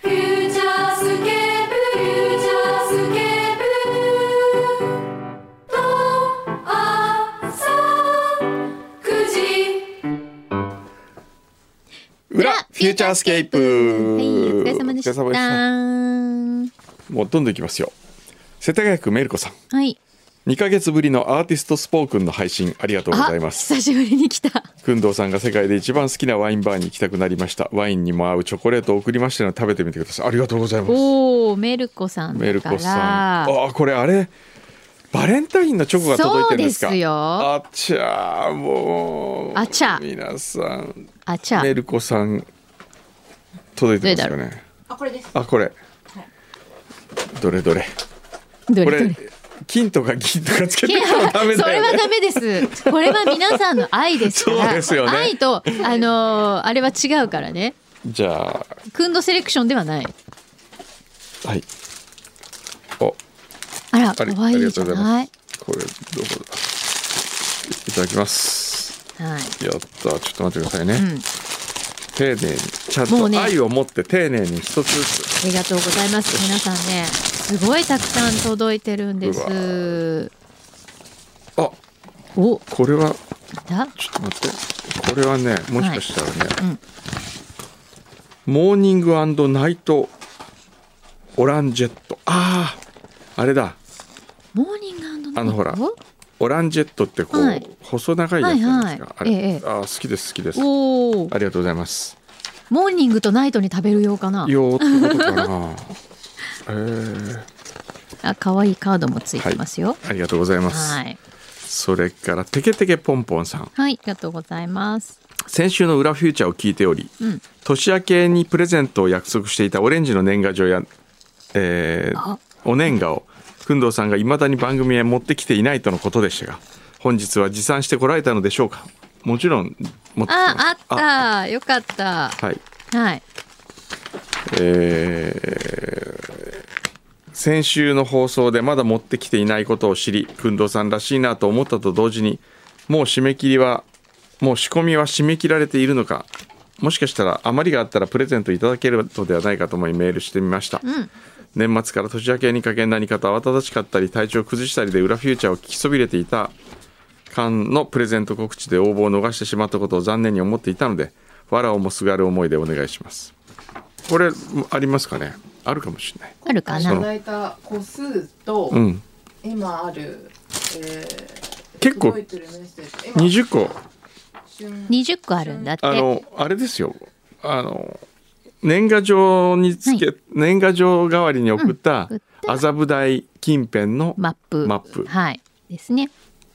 フューチャースケープフューチャースケープと朝9時裏フューチャースケープはい、お疲れ様でした。お疲れ様でしたもうどんどんいきますよ世田谷区メルコさんはい。 2ヶ月ぶりのアーティストスポークンの配信ありがとうございます久しぶりに来た。くんどうさんが世界で一番好きなワインバーに行きたくなりましたワインにも合うチョコレートを送りましたので食べてみてくださいありがとうございますおお、メルコさんだから。メルコさんあこれあれバレンタインのチョコが届いてるんですかそうですよあちゃーもうあちゃ皆さんあちゃ。メルコさん届いてますかねあこれですあこれ、どれどれどこれどれれ。金とか銀とかつけいてやるのダメそだれよはねダメです。これは皆さんの愛ですから。そうですよね愛と、あのーあれは違うからね。じゃクンドセレクションではない。あはいおあら、あり可愛ありいがじとゃうございまない。これどこだいただきますはい。やったちょっと待ってくださいね、うん、丁寧にちゃんもとうね愛を持って丁寧に一つずつありがとうございます。皆さんね、すごいたくさん届いてるんです。あお、これはだ、ちょっと待ってこれはねもしかしたらね、うんモーニングナイトオランジェットあああれだモーニングアンドナイトあのほらオランジェットってこう、はい細長いやつじゃないですか、はいはあいれ、ええあー好きです好きですあおお、りがとうございますモーニングとナイトに食べる用かな。よーってことかなえーあ、可愛いカードもついてますよ。ありがとうございます、 はい。それからテケテケポンポンさんはい、ありがとうございます。先週の「裏フューチャー」を聞いており、うん年明けにプレゼントを約束していたオレンジの年賀状や、えーあお年賀を工藤さんがいまだに番組へ持ってきていないとのことでしたが本日は持参してこられたのでしょうかもちろん持ってきてますあ、あったよかった。あはいはい。えー先週の放送でまだ持ってきていないことを知り、くんどうさんらしいなと思ったと同時に、もう締め切りは、もう仕込みは締め切られているのか、もしかしたら余りがあったらプレゼントいただけるのではないかと思いメールしてみました。ん年末から年明けにかけ何かと慌ただしかったり、体調崩したりで裏フューチャーを聞きそびれていた間のプレゼント告知で応募を逃してしまったことを残念に思っていたので、わらをもすがる思いでお願いします。これありますかねあるかもしれないあるかいたな。だいた個数と、うん今ある、えー結構届いてるメッセージ今20個瞬二十個あるんだって。あのあれですよあの年賀状につけ、年賀状代わりに送ったうん送った麻布台近辺の、マップ。マップはい。ですね。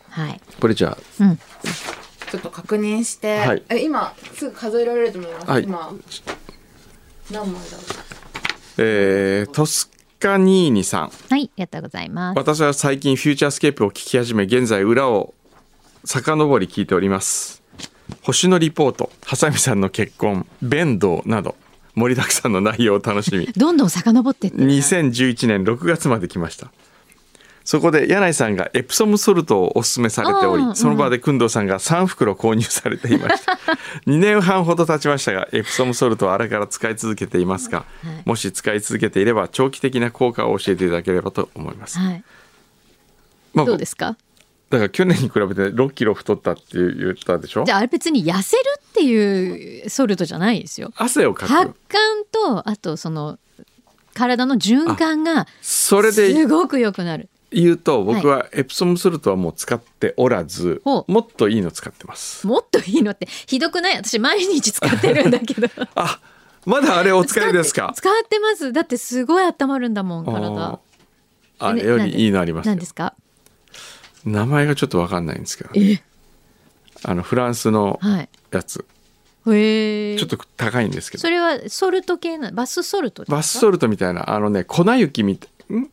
はい。これじゃうん。ちょっと確認して、はいえ今すぐ数えられると思います、はい今何枚だろうえー、トスカニーニさんはい、ありがとうございます。私は最近フューチャースケープを聞き始め現在裏を遡り聞いております星のリポートハサミさんの結婚弁道など盛りだくさんの内容を楽しみどんどん遡ってってるな。 2011年6月まで来ましたそこで柳井さんがエプソムソルトをおすすめされており、うんその場で工藤さんが3袋購入されていま した2年半ほど経ちましたがエプソムソルトはあれから使い続けていますが、はいもし使い続けていれば長期的な効果を教えていただければと思います、はい。まあ、どうだですか。から去年に比べて6キロ太ったって言ったでしょじゃあ、あれ別に痩せるっていうソルトじゃないですよ。汗をか発く汗と、あと、その。体の循環が。それですごく良くなる。言うと僕はエプソムソルトはもう使っておらず、ほうもっといいの使ってますもっといいのってひどくない私毎日使ってるんだけどあまだあ れお使いですか。使ってますだってすごい温まるんだもん体あーあれよりいいのありますよ何ですか名前がちょっとわかんないんですけど、えあのフランスのはいやつ。へえちょっと高いんですけどそれはソルト系なバスソルトですかバスソルトみたいなあのね粉雪みたいん、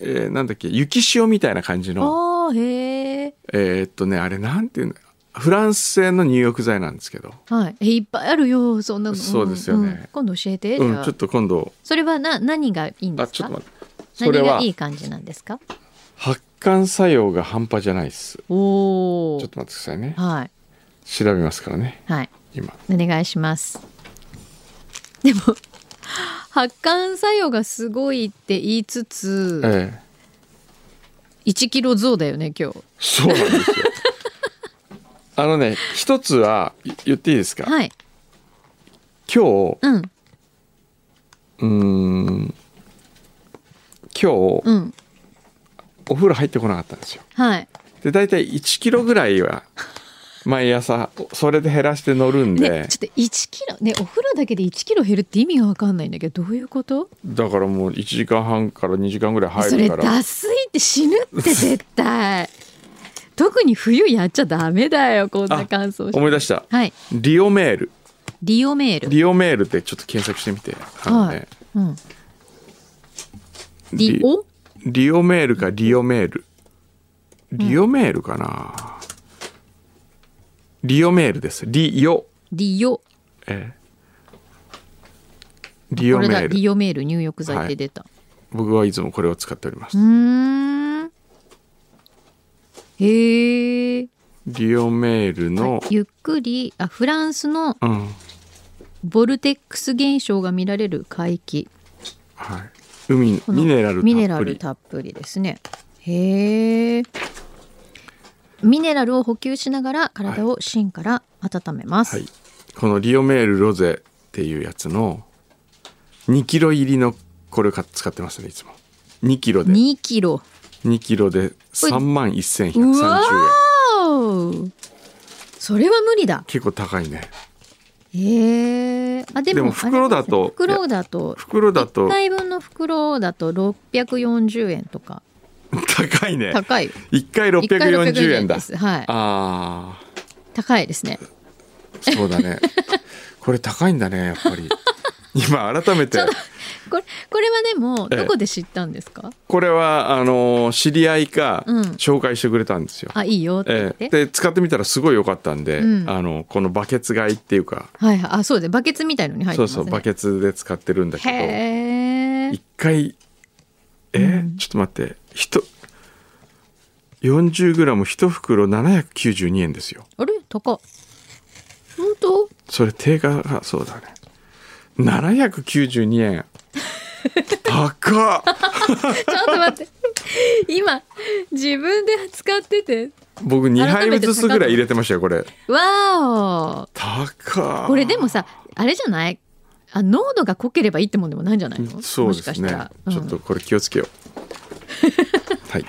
えーなんだっけ雪塩みたいな感じのああへええーっとねあれなんていうんだフランス製の入浴剤なんですけど、はいえいっぱいあるよそんなのそうですよねん今度教えてじゃあ、うん、ちょっと今度それはな何がいいんであすちょかっと待ってそれ何がはいい感じなんですか発汗作用が半端じゃないですおおちょっと待ってくださいねはい調べますからねはい今お願いしますでも発汗作用がすごいって言いつつ、ええ1キロ増だよね今日そうなんですよあのね一つはい言っていいですか、はい今日うんうーん今日、うんお風呂入ってこなかったんですよはいで大体1キロぐらいは毎朝それで減らして乗るんで、ね、ちょっと1キロねお風呂だけで1キロ減るって意味が分かんないんだけどどういうことだからもう1時間半から2時間ぐらい入それるから脱水って死ぬ って絶対特に冬やっちゃダメだよこんな乾燥して思い出したはいリオメールリオメールリオメールってちょっと検索してみてあのね、はいうん、リオリオメールかリオメールリオメールかな、リオメールですリオ、リオえーリオこメれだールリオメール入浴剤って出た、僕はいつもこれを使っておりますうーんへえ、リオメールの、ゆっくりあフランスのうんボルテックス現象が見られる海域はい、海ミネラルミネたっラぷルりたっぷりですねへえミネラルを補給しながら体を芯から温めます、はい、このリオメールロゼっていうやつの2キロ入りのこれを買っ使ってますねいつも2キロで2キロ2キロで3万1130円うわーそれは無理だ結構高いねへえあでもでも袋だとあれ袋だと袋だと1回分の袋だと640円とか高いね高い1回一回640円だですはいあ高いですねーそうだね これ高いんだねやっぱり今改めてこれこれはでもええどこで知ったんですか、これはあのー知り合いかうん紹介してくれたんですよ、あいいよって言っえて、え、で使ってみたらすごい良かったんで、うんあのこのバケツ買いっていうか、はいはいあそうですバケツみたいのに入ってそまうすねそうバケツで使ってるんだけへどえ一回えちょっと待って一 40g1 袋792円ですよあれ高っ本当それ定価がそうだね792円高っちょっと待って今自分で使ってて僕2杯目ずつぐらい入れてましたよこれわお高っこれでもさあれじゃないあ濃度が濃ければいいってもんでもないんじゃないのそうでもしかすしたねら、ちょっとこれ気をつけよ うはい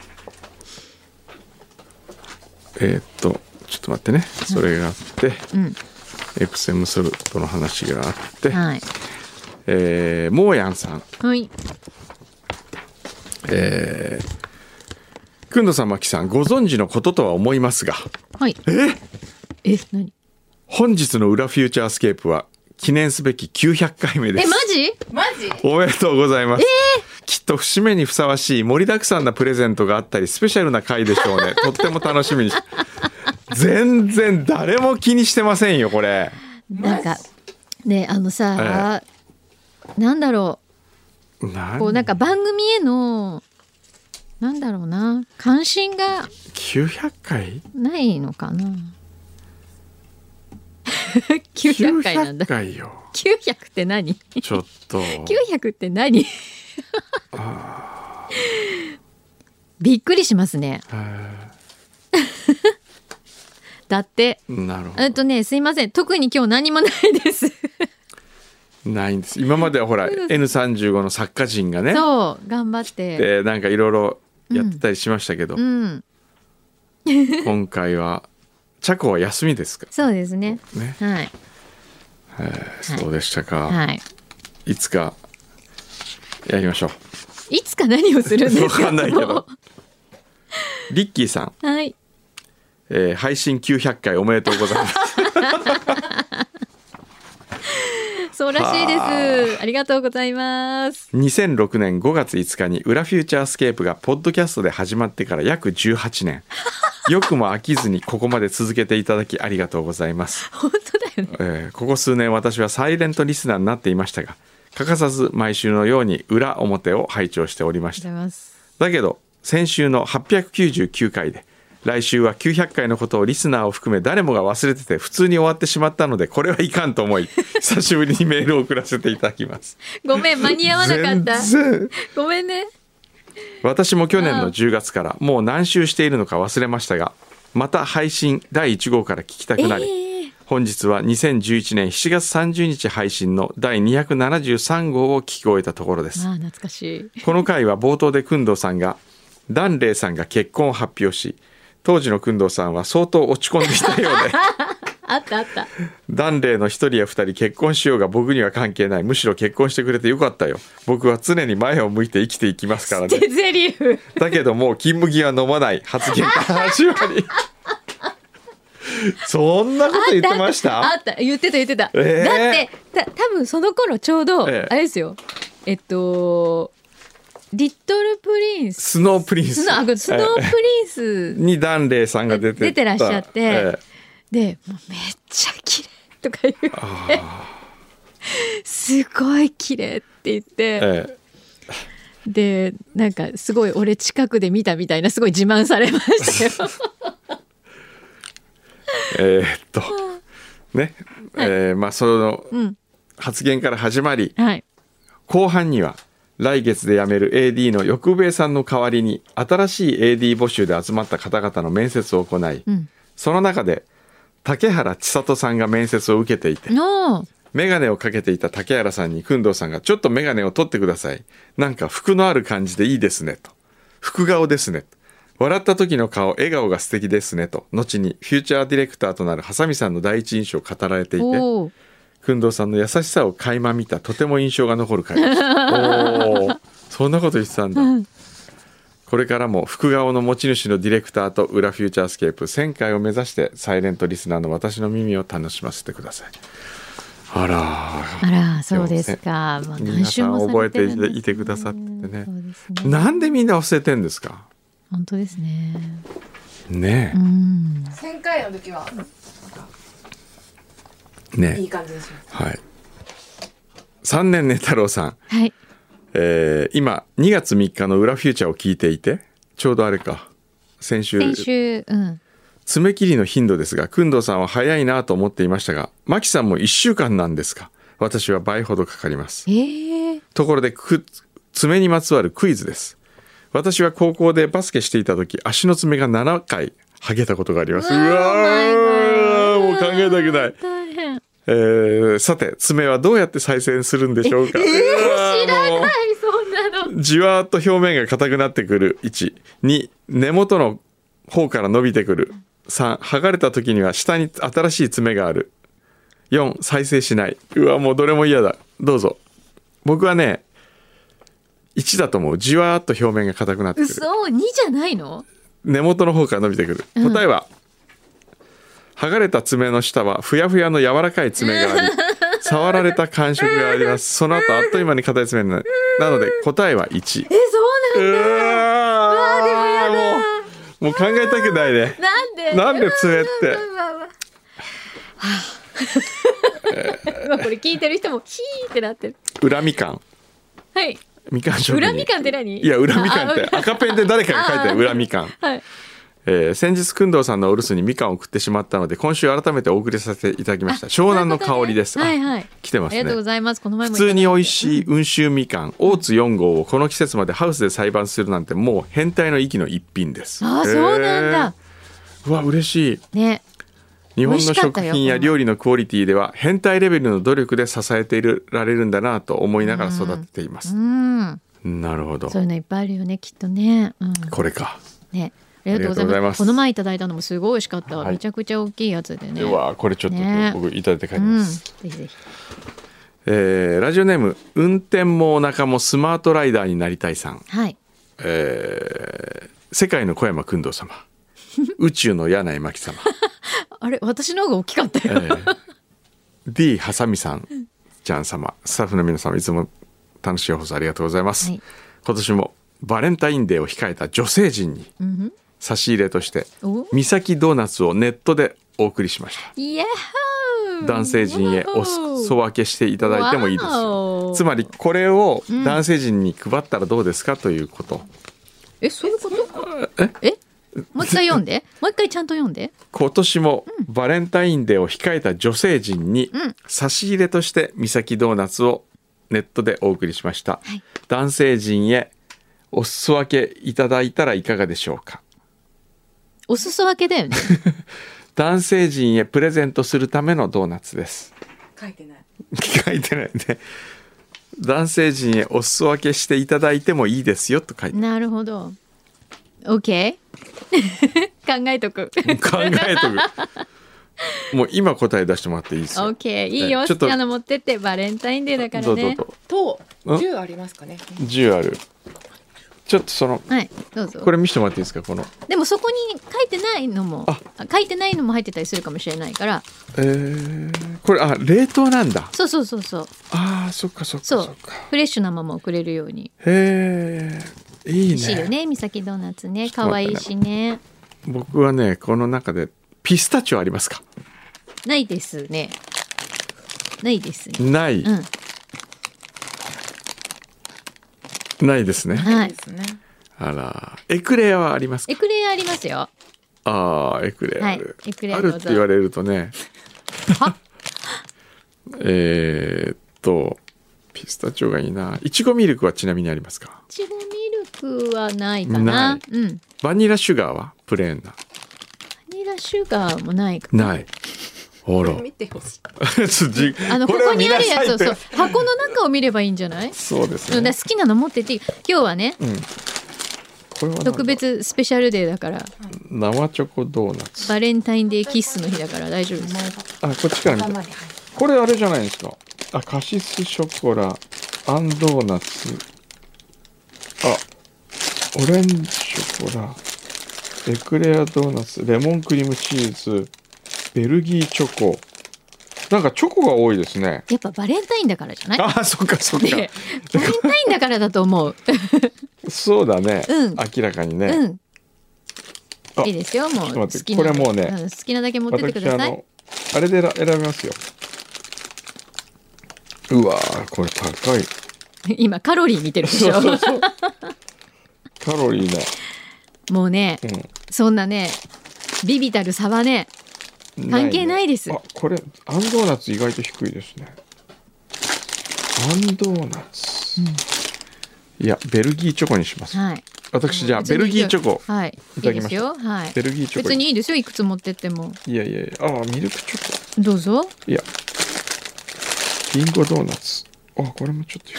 えーっとちょっと待ってねそれがあって、うんエプセムソルトの話があって、うんはいえーモーヤンさんはいえー、くんどさんまきさんご存知のこととは思いますがはいええ何本日の裏フューチャースケープは記念すべき900回目でえすマジマジおめでとうございます、きっと節目にふさわしい盛りだくさんなプレゼントがあったりスペシャルな回でしょう ねとっても楽しみにし全然誰も気にしてませんよこれなんかねあのさ、なんだろうこうなんか番組へのなんだろうな関心が900回ないのかな 900回なんだ900回よ900って何ちょっ と900って何 びっくりしますねはだっていなるほえっとねすいません特に今日何もないですどないんです今まではほら N35 の作家陣がねそう頑張ってでなんかいろいろやってたりしましたけど、うん今回はチャコは休みですかそうですねらね、はいそうでしたか、はいいつかやりましょういつか何をするんですかわかんないけどもリッキーさん、うはいえー配信900回おめでとうございますそうらしいです。ありがとうございます。 2006年5月5日に「裏フューチャースケープ」がポッドキャストで始まってから約18年よくも飽きずにここまで続けていただきありがとうございます、本当だよね。えーここ数年私はサイレントリスナーになっていましたが欠かさず毎週のように裏表を拝聴しておりましたありがとうございます。だけど先週の899回で来週は900回のことをリスナーを含め誰もが忘れてて普通に終わってしまったのでこれはいかんと思い 久しぶりにメールを送らせていただきますごめん間に合わなかった。全然ごめんね。私も去年の10月からもう何周しているのか忘れましたがまた配信第1号から聞きたくなり、ええ本日は2011年7月30日配信の第273号を聞き終えたところですまあ懐かしい。この回は冒頭で工藤さんが檀れいさんが結婚を発表し当時の工藤さんは相当落ち込んでいたよう であったあった。檀れいの一人や二人結婚しようが僕には関係ないむしろ結婚してくれてよかったよ僕は常に前を向いて生きていきます からね手ゼリフ。だけどもう金麦は飲まない発 言から始まりそんなこと言ってましたあった言ってた言ってた、えーだってた多分その頃ちょうど、ええあれですよえっとリトルプリンススノープリンススノーあごめんスノープリンス、に檀れいさんが出てた出てらっしゃってええでもうめっちゃ綺麗とか言ってすごい綺麗って言って、ええでなんかすごい俺近くで見たみたいなすごい自慢されまし たよえーっとね、えーまあそのん発言から始まりはい後半には来月で辞める AD の横笛さんの代わりに新しい AD 募集で集まった方々の面接を行い、んその中で竹原千里さんが面接を受けていての眼鏡をかけていた竹原さんに工藤さんが「ちょっと眼鏡を取ってください」「なんか服のある感じでいいですね」と「服顔ですね」と「笑った時の顔笑顔が素敵ですね」と後にフューチャーディレクターとなるハサミさんの第一印象を語られていておー工藤さんの優しさを垣間見たとても印象が残る回 でしたおーそんなこと言ってたんだ、これからも福顔の持ち主のディレクターと裏フューチャースケープ1000回を目指してサイレントリスナーの私の耳を楽しませてくださいあらーあらそうですか、まあ、皆何さ周んも覚えされてているんでてすねいてくださってねそうですねなんでみんな忘れてんですか本当ですね。ねうん。 1000回の時はえねえいい感じでしょはい三年ね太郎さんはい。えー今2月3日の「裏フューチャー」を聞いていてちょうどあれか先週先週、うん。爪切りの頻度ですが工藤さんは早いなと思っていましたがマキさんも1週間なんですか私は倍ほどかかりますええところでく爪にまつわるクイズです私は高校でバスケしていた時足の爪が7回剥げたことがありますうわーもう考えたくない、大変。えーさて爪はどうやって再生するんでしょうか、うわーもうはい、そんなの。じわーっと表面が硬くなってくる12根元の方から伸びてくる3剥がれた時には下に新しい爪がある4再生しないうわもうどれも嫌だどうぞ僕はね1だと思うじわーっと表面が硬くなってくる嘘、二じゃないの。根元の方から伸びてくる答えは、剥がれた爪の下はふやふやの柔らかい爪が あり触られた感触がありますその後あっという間に硬い爪になるなので答えは1え、そううなわんだ。ーもうもう考えたくないねなんで。なんで爪ってうわうわうわはあ今これ聞いてる人もヒーってなってる。裏みかんはい。みかん職人裏みかんって何？いや裏みかんってああ赤ペンで誰かが書いてある裏みかん、はい。えー先日工藤さんのお留守にみかんを送ってしまったので今週改めてお送りさせていただきました湘南の香りです、はいはいあ来てまあすりねがとうございます。この前普も通に美味いしい温州みかん大津4号をこの季節までハウスで栽培するなんてもう変態の域の一品ですただいて。あー、そうなんだ。えーうわ嬉しいね。日本美味のしかっ食たよ品や料理のクオリティでは変態レベルの努力で支えていられるんだなと思いながら育てていまうす、ん。なるほどそういうのいっぱいあるよね、きっとね。うん。これかね、ありがとうござありがとうごいます。ざいますこの前いただいたのもすごい美味しかった。はいめちゃくちゃ大きいやつでね。うわこれちょっとね僕いただいて書いうてまん、す、ぜひぜひ。えーラジオネーム運転もお腹もスマートライダーになりたいさん、はい。えー世界の小山君堂 様宇宙の柳井真紀様、あれ、私の方が大きかったえよ。ー D ハサミさんちゃん様スタッフの皆様いつも楽しい放送ありがとうございます、はい今年もバレンタインデーを控えた女性陣にうん差し入れとしてふん、お三崎ドーナツをネットでお送りしましたイエーイ男性陣へお裾分けしていただいてもいいですよよつまりこれを男性陣に配ったらどうですかということ、えそういうことえもう一回読んでもう一回ちゃんと読んで今年もバレンタインデーを控えた女性陣にうん差し入れとして三崎ドーナツをネットでお送りしました、はい男性陣へお裾分けいただいたらいかがでしょうかお裾分けだよね男性陣へプレゼントするためのドーナツです 書いてない。書いてないね男性陣へお裾分けしていただいてもいいですよと書いてなるほど OK 考えとく考えとくもう今答え出してもらっていいですよ OK いいよえちょっ好ときなの持ってってバレンタインデーだからねどうぞどうぞとうん10ありますかね。 10あるちょっとそのはいどうぞこれ見せてもらっていいですかこのでもそこに書いてないのもああ書いてないのも入ってたりするかもしれないからえー、これあ冷凍なんだそうそうそうそうあーそっかそっかそそうっかフレッシュなまま送れるようにへえいい美味しいよねね三崎ドーナツねょっと可待っ愛てねいしね僕はねこの中でピスタチオありますかないですねないですねない、うんないですねはいですね。あらエクレアはありますかエクレアありますよああエクレアある、はいエクレアあるどっうぞて言われるとねは えーっとピスタチオがいいないちごミルクはちなみにありますかいちごミルクはないかなないうんババニラシュガーはプレーンなニラシュガーもないかないほら見てほしい。 ちょっとじあのこれこは見になあるやさいつをってそう箱の中を見ればいいんじゃないそうですうんねだから好きなの持ってっていい今日はねうんこれはなんだ特別スペシャルデーだから生チョコドーナツバレンタインデーキッスの日だから大丈夫ですあこっちから見た頭に入る。これあれじゃないですかあカシスショコラアンドーナツあオレンジショコラエクレアドーナツレモンクリームチーズベルギーチョコなんかチョコが多いですねやっぱバレンタインだからじゃないあそっかそっかねバレンタインだからだと思 うそうだね、うん明らかにね、うんあいいですよちょっもうと好待ってきなだけこれもうねん好きなだけ持ってってく私だあさいのあれでら選びますようわーこれ高い今カロリー見てるでしそうょそうそうカロリーなもうねうんそんなねビビたる差はね関係ないですねあ、これアンドーナツ意外と低いですね。アンドーナツ。いや、ベルギーチョコにします。はい私じゃあ別にベルギーチョコ。はいいいいただきでましたすよはいベルギーチョコ。別にいいですよいくつ持ってってもいやいやいや、あーミルクチョコ。どうぞいや、リンゴドーナツ。あ、これもちょっと低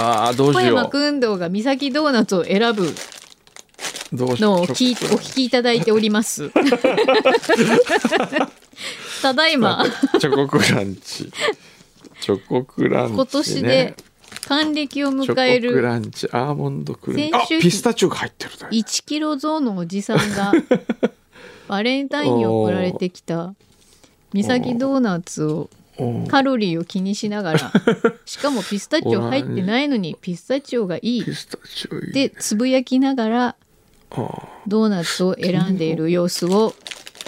い。ああ、どう小し山よ君堂が三崎ドーナツを選ぶう。どうしよう。のを聞いちょお聞きいただいております ただいまチョコクランチ。チョコクランチ、ね。今年で還暦をチョ迎えコクるランチ、アーモンドクルミ。先あ、週ピスタチオが入ってるだよ。 1キロ増のおじさん がバレンタインに送られてきた三崎ドーナツをおーカロリーを気にしなが らしかもピスタチオ入ってないのにピスタチオがいいピスタチオいいねでつぶやきながらあードーナツを選んでいる様子を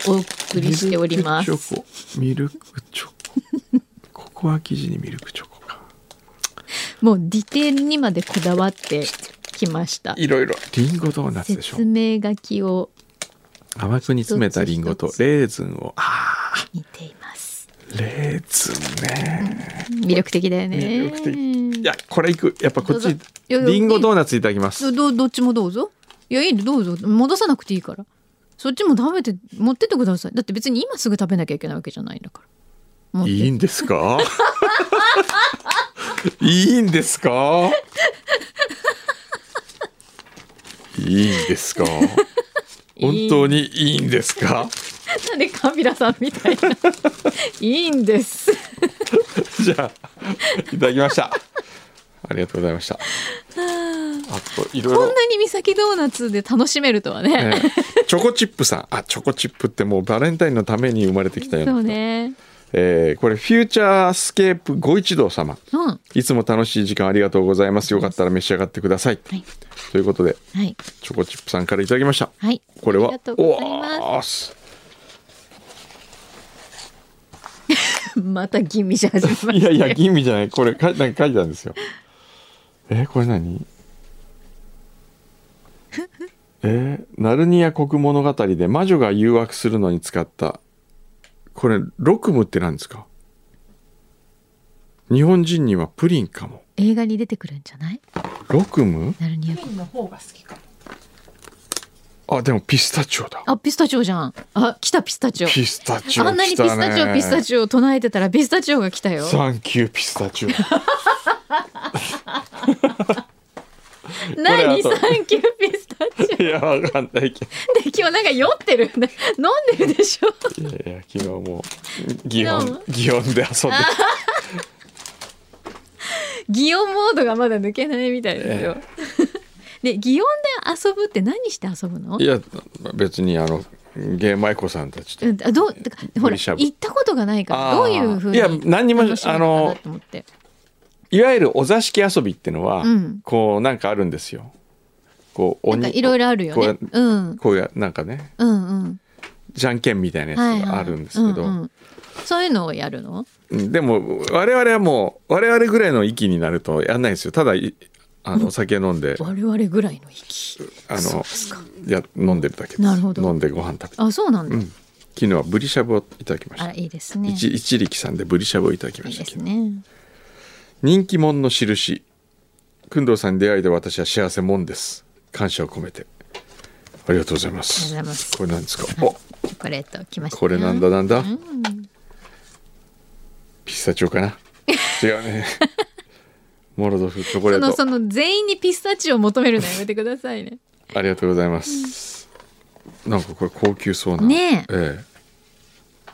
お送りしておりますミルクチョコミルクチョコ ここは生地にミルクチョコかもうディテールにまでこだわってきましたいろいろリンゴドーナツでしょ説明書きを甘く煮詰めたリンゴと一つ一つレーズンをあ似ていますレーズンね魅力的だよね魅力的いやこれいくやっぱこっどちうぞいやいやリンゴドーナツいただきますどどどっちもどうぞいやいいのどうぞ戻さなくていいからそっちも食べて持ってってくださいだって別に今すぐ食べなきゃいけないわけじゃないんだから持っていいんですか いいんですかいいんですか本当にいいんです かなんでカビラさんみたい ないいんですじゃあ、いただきました。ありがとうございました。あと、いろいこんろ。なに三崎ドーナツで楽しめるとはね、ええチョコチップさん、あ、チョコチップってもうバレンタインのために生まれてきたようそな。うねえーこれフューチャースケープご一同様うんいつも楽しい時間ありがとうございますよかったら召し上がってください、はいということではいチョコチップさんからいただきましたはいこれはありがとうございおまわーすすまた吟味し始めましたいやいや吟味じゃないこれかなんか書いてあるんですよえーこれ何えーナルニア国物語」で魔女が誘惑するのに使ったこれロクムって何ですか日本人にはプリンかも映画に出てくるんじゃないロクムナルニア国の方が好きかも。あでもピスタチオだあピスタチオじゃんあ来たピスタチオピスタチオあんなにピスタチオピスタチチオ唱えてたらピスタチオが来たよサンキューピスタチオこれ何あサとンキューピスタチオいやわかんないけで今日なんか酔ってる んだ飲んでるでしょどいやいや昨日もう祇昨園祇園で遊んで擬音モードがまだ抜けないみたいですよ、で擬音で遊ぶって何して遊ぶのいや別にあの芸舞子さんたちと、うんあどうてかほぶらりしゃぶ行ったことがないからあーどういうふうにいや何にも楽しむのかあのなと思っていわゆるお座敷遊びってのは、うんこうなんかあるんですよこうなんかいろいろあるよねこううんこういうなんかねうんうんじゃんけんみたいなはいやつはいがあるんですけど、うんうんそういうのをやるのうんでも我々はもう我々ぐらいの域になるとやんないですよただいあのお酒飲んで我々ぐらいの域あそうのですかや飲んでるだけですなるほど飲んでご飯食べてあそうなんだ、うん昨日はブリしゃぶをいただきましあた、らいいですね一一力さんでブリしゃぶをいただきまいいしたでけすどね人気者の印工藤さんに出会いで私は幸せもんです感謝を込めてありがとうございまありすがとうございますこれなんですかおチョコレート来ましたよこれなんだなんだ、うんピスタチオかな違う ねモロドフチョコレそーのそトの全員にピスタチオを求めるのやめてくださいねありがとうございますなんかこれ高級そうなねえええ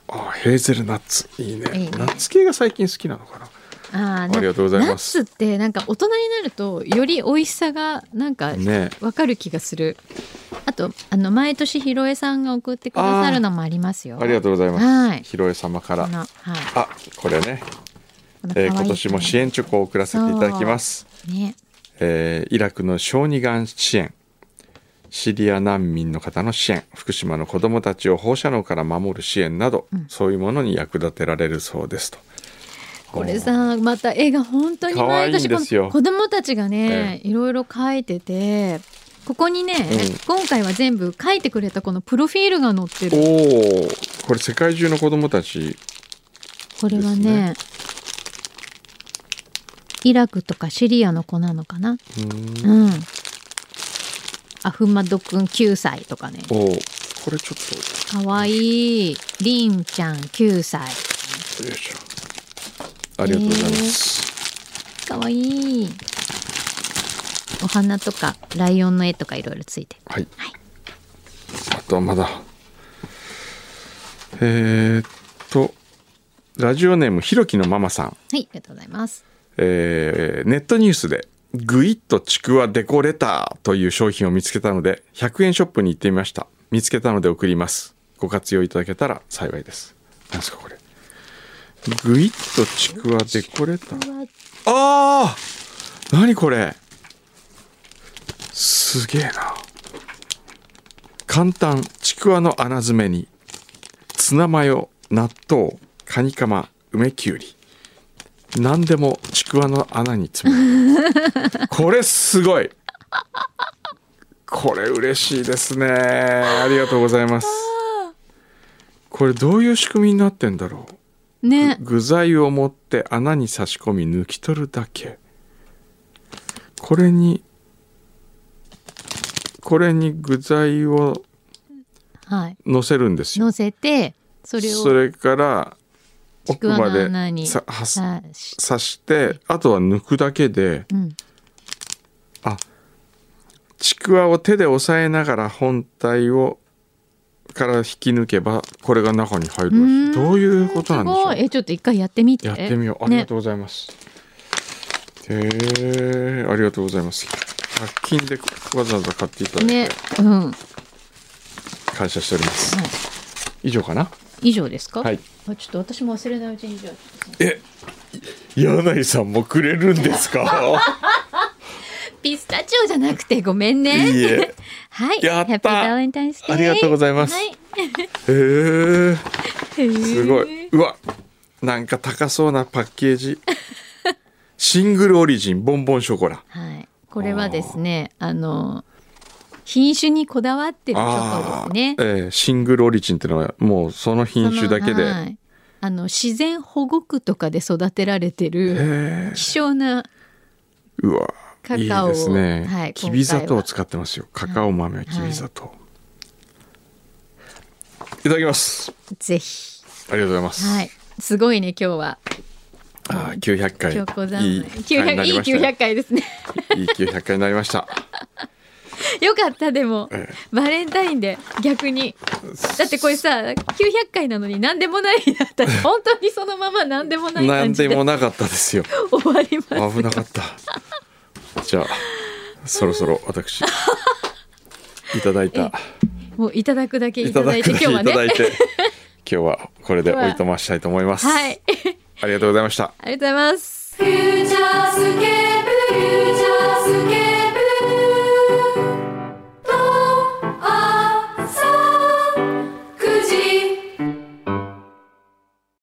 あヘーゼルナッツいいねいいねナッツ系が最近好きなのかなああ ありがとうございますナッツってなんか大人になるとより美味しさがなんかねわかる気がする、あとあの毎年ひろえさんが送ってくださるのもありますよありがとうございまはすいひろえ様かこらのはいあこれね、この可愛えいー今年も支援チョコを送らせていただきますねえーイラクの小児がん支援シリア難民の方の支援福島の子どもたちを放射能から守る支援など、そういうものに役立てられるそうですとこれさまた絵が本当に毎年可愛いんですよこの子供たちがね、いろいろ描いててここにね、今回は全部描いてくれたこのプロフィールが載っておるおこれ世界中の子どもたちこれはですねねイラクとかシリアの子なのかなうん、アフマドくん9歳とかねおおこれちょっかわいいりんちゃん9歳とよいしょありがとうございます、かわいいお花とかライオンの絵とかいろいろついてはい、あとはまだえー、っとラジオネームひろきのママさんはいありがとうございますえーネットニュースでグイッとちくわデコレターという商品を見つけたので100円ショップに行ってみました見つけたので送りますご活用いただけたら幸いです何ですかこれグイッとちくわデコレターあー何これすげえな簡単ちくわの穴詰めにツナマヨ納豆カニカマ梅きゅうり何でもちくわの穴に詰め るこれすごいこれ嬉しいですねありがとうございますこれどういう仕組みになってんだろうね具材を持って穴に差し込み抜き取るだけこれにこれに具材をはい乗せるんですよ乗せてそれそをれからち奥くわまので穴にさはす刺し刺してあとは抜くだけでうんあちくわを手で押さえながら本体をから引き抜けばこれが中に入るらしいどういうことなんでしょすうごいえちょっと一回やってみてやってみよう。ありがねとうございます。へえありがとうございます。100均でわざわざ買っていただいてねうん感謝しております。以上かな。以上ですか、はいあちょっと私も忘れないうちにじゃあ柳井さんもくれるんです かピスタチオじゃなくてごめんいねいえはいやったハッピーバレンタインスデーありがとうございますはいへえへーすごいうわなんか高そうなパッケー ジシングルオリジンボンボンショコラはい、これはですねあの品種にこだわってるチョああコですね。ええシングルオリジンってのはもうその品種だけで、そのはいあの自然保護区とかで育てられてるええ希少なうわカカオをいいですね、はいきび砂今回糖は使ってますよカカオ豆はきび砂糖、い、ただきますぜひありがとうございます、はいすごいね今日はああ900回京子いいいい回になりいいましたよ900回ですね いい900回になりましたよかったでもえバレンタインで逆にだってこれさ900回なのに何でもない だったら本当にそのまま何でもないなん感じででもなかったですよ終わります危なか ったじゃあそろそろ 私いただいたもういただくだけいいたただだいいててい今日はたねだいて今日はこれでおいとましたいと思います、 はいありがとうございましたありがとうございますフューチャースケ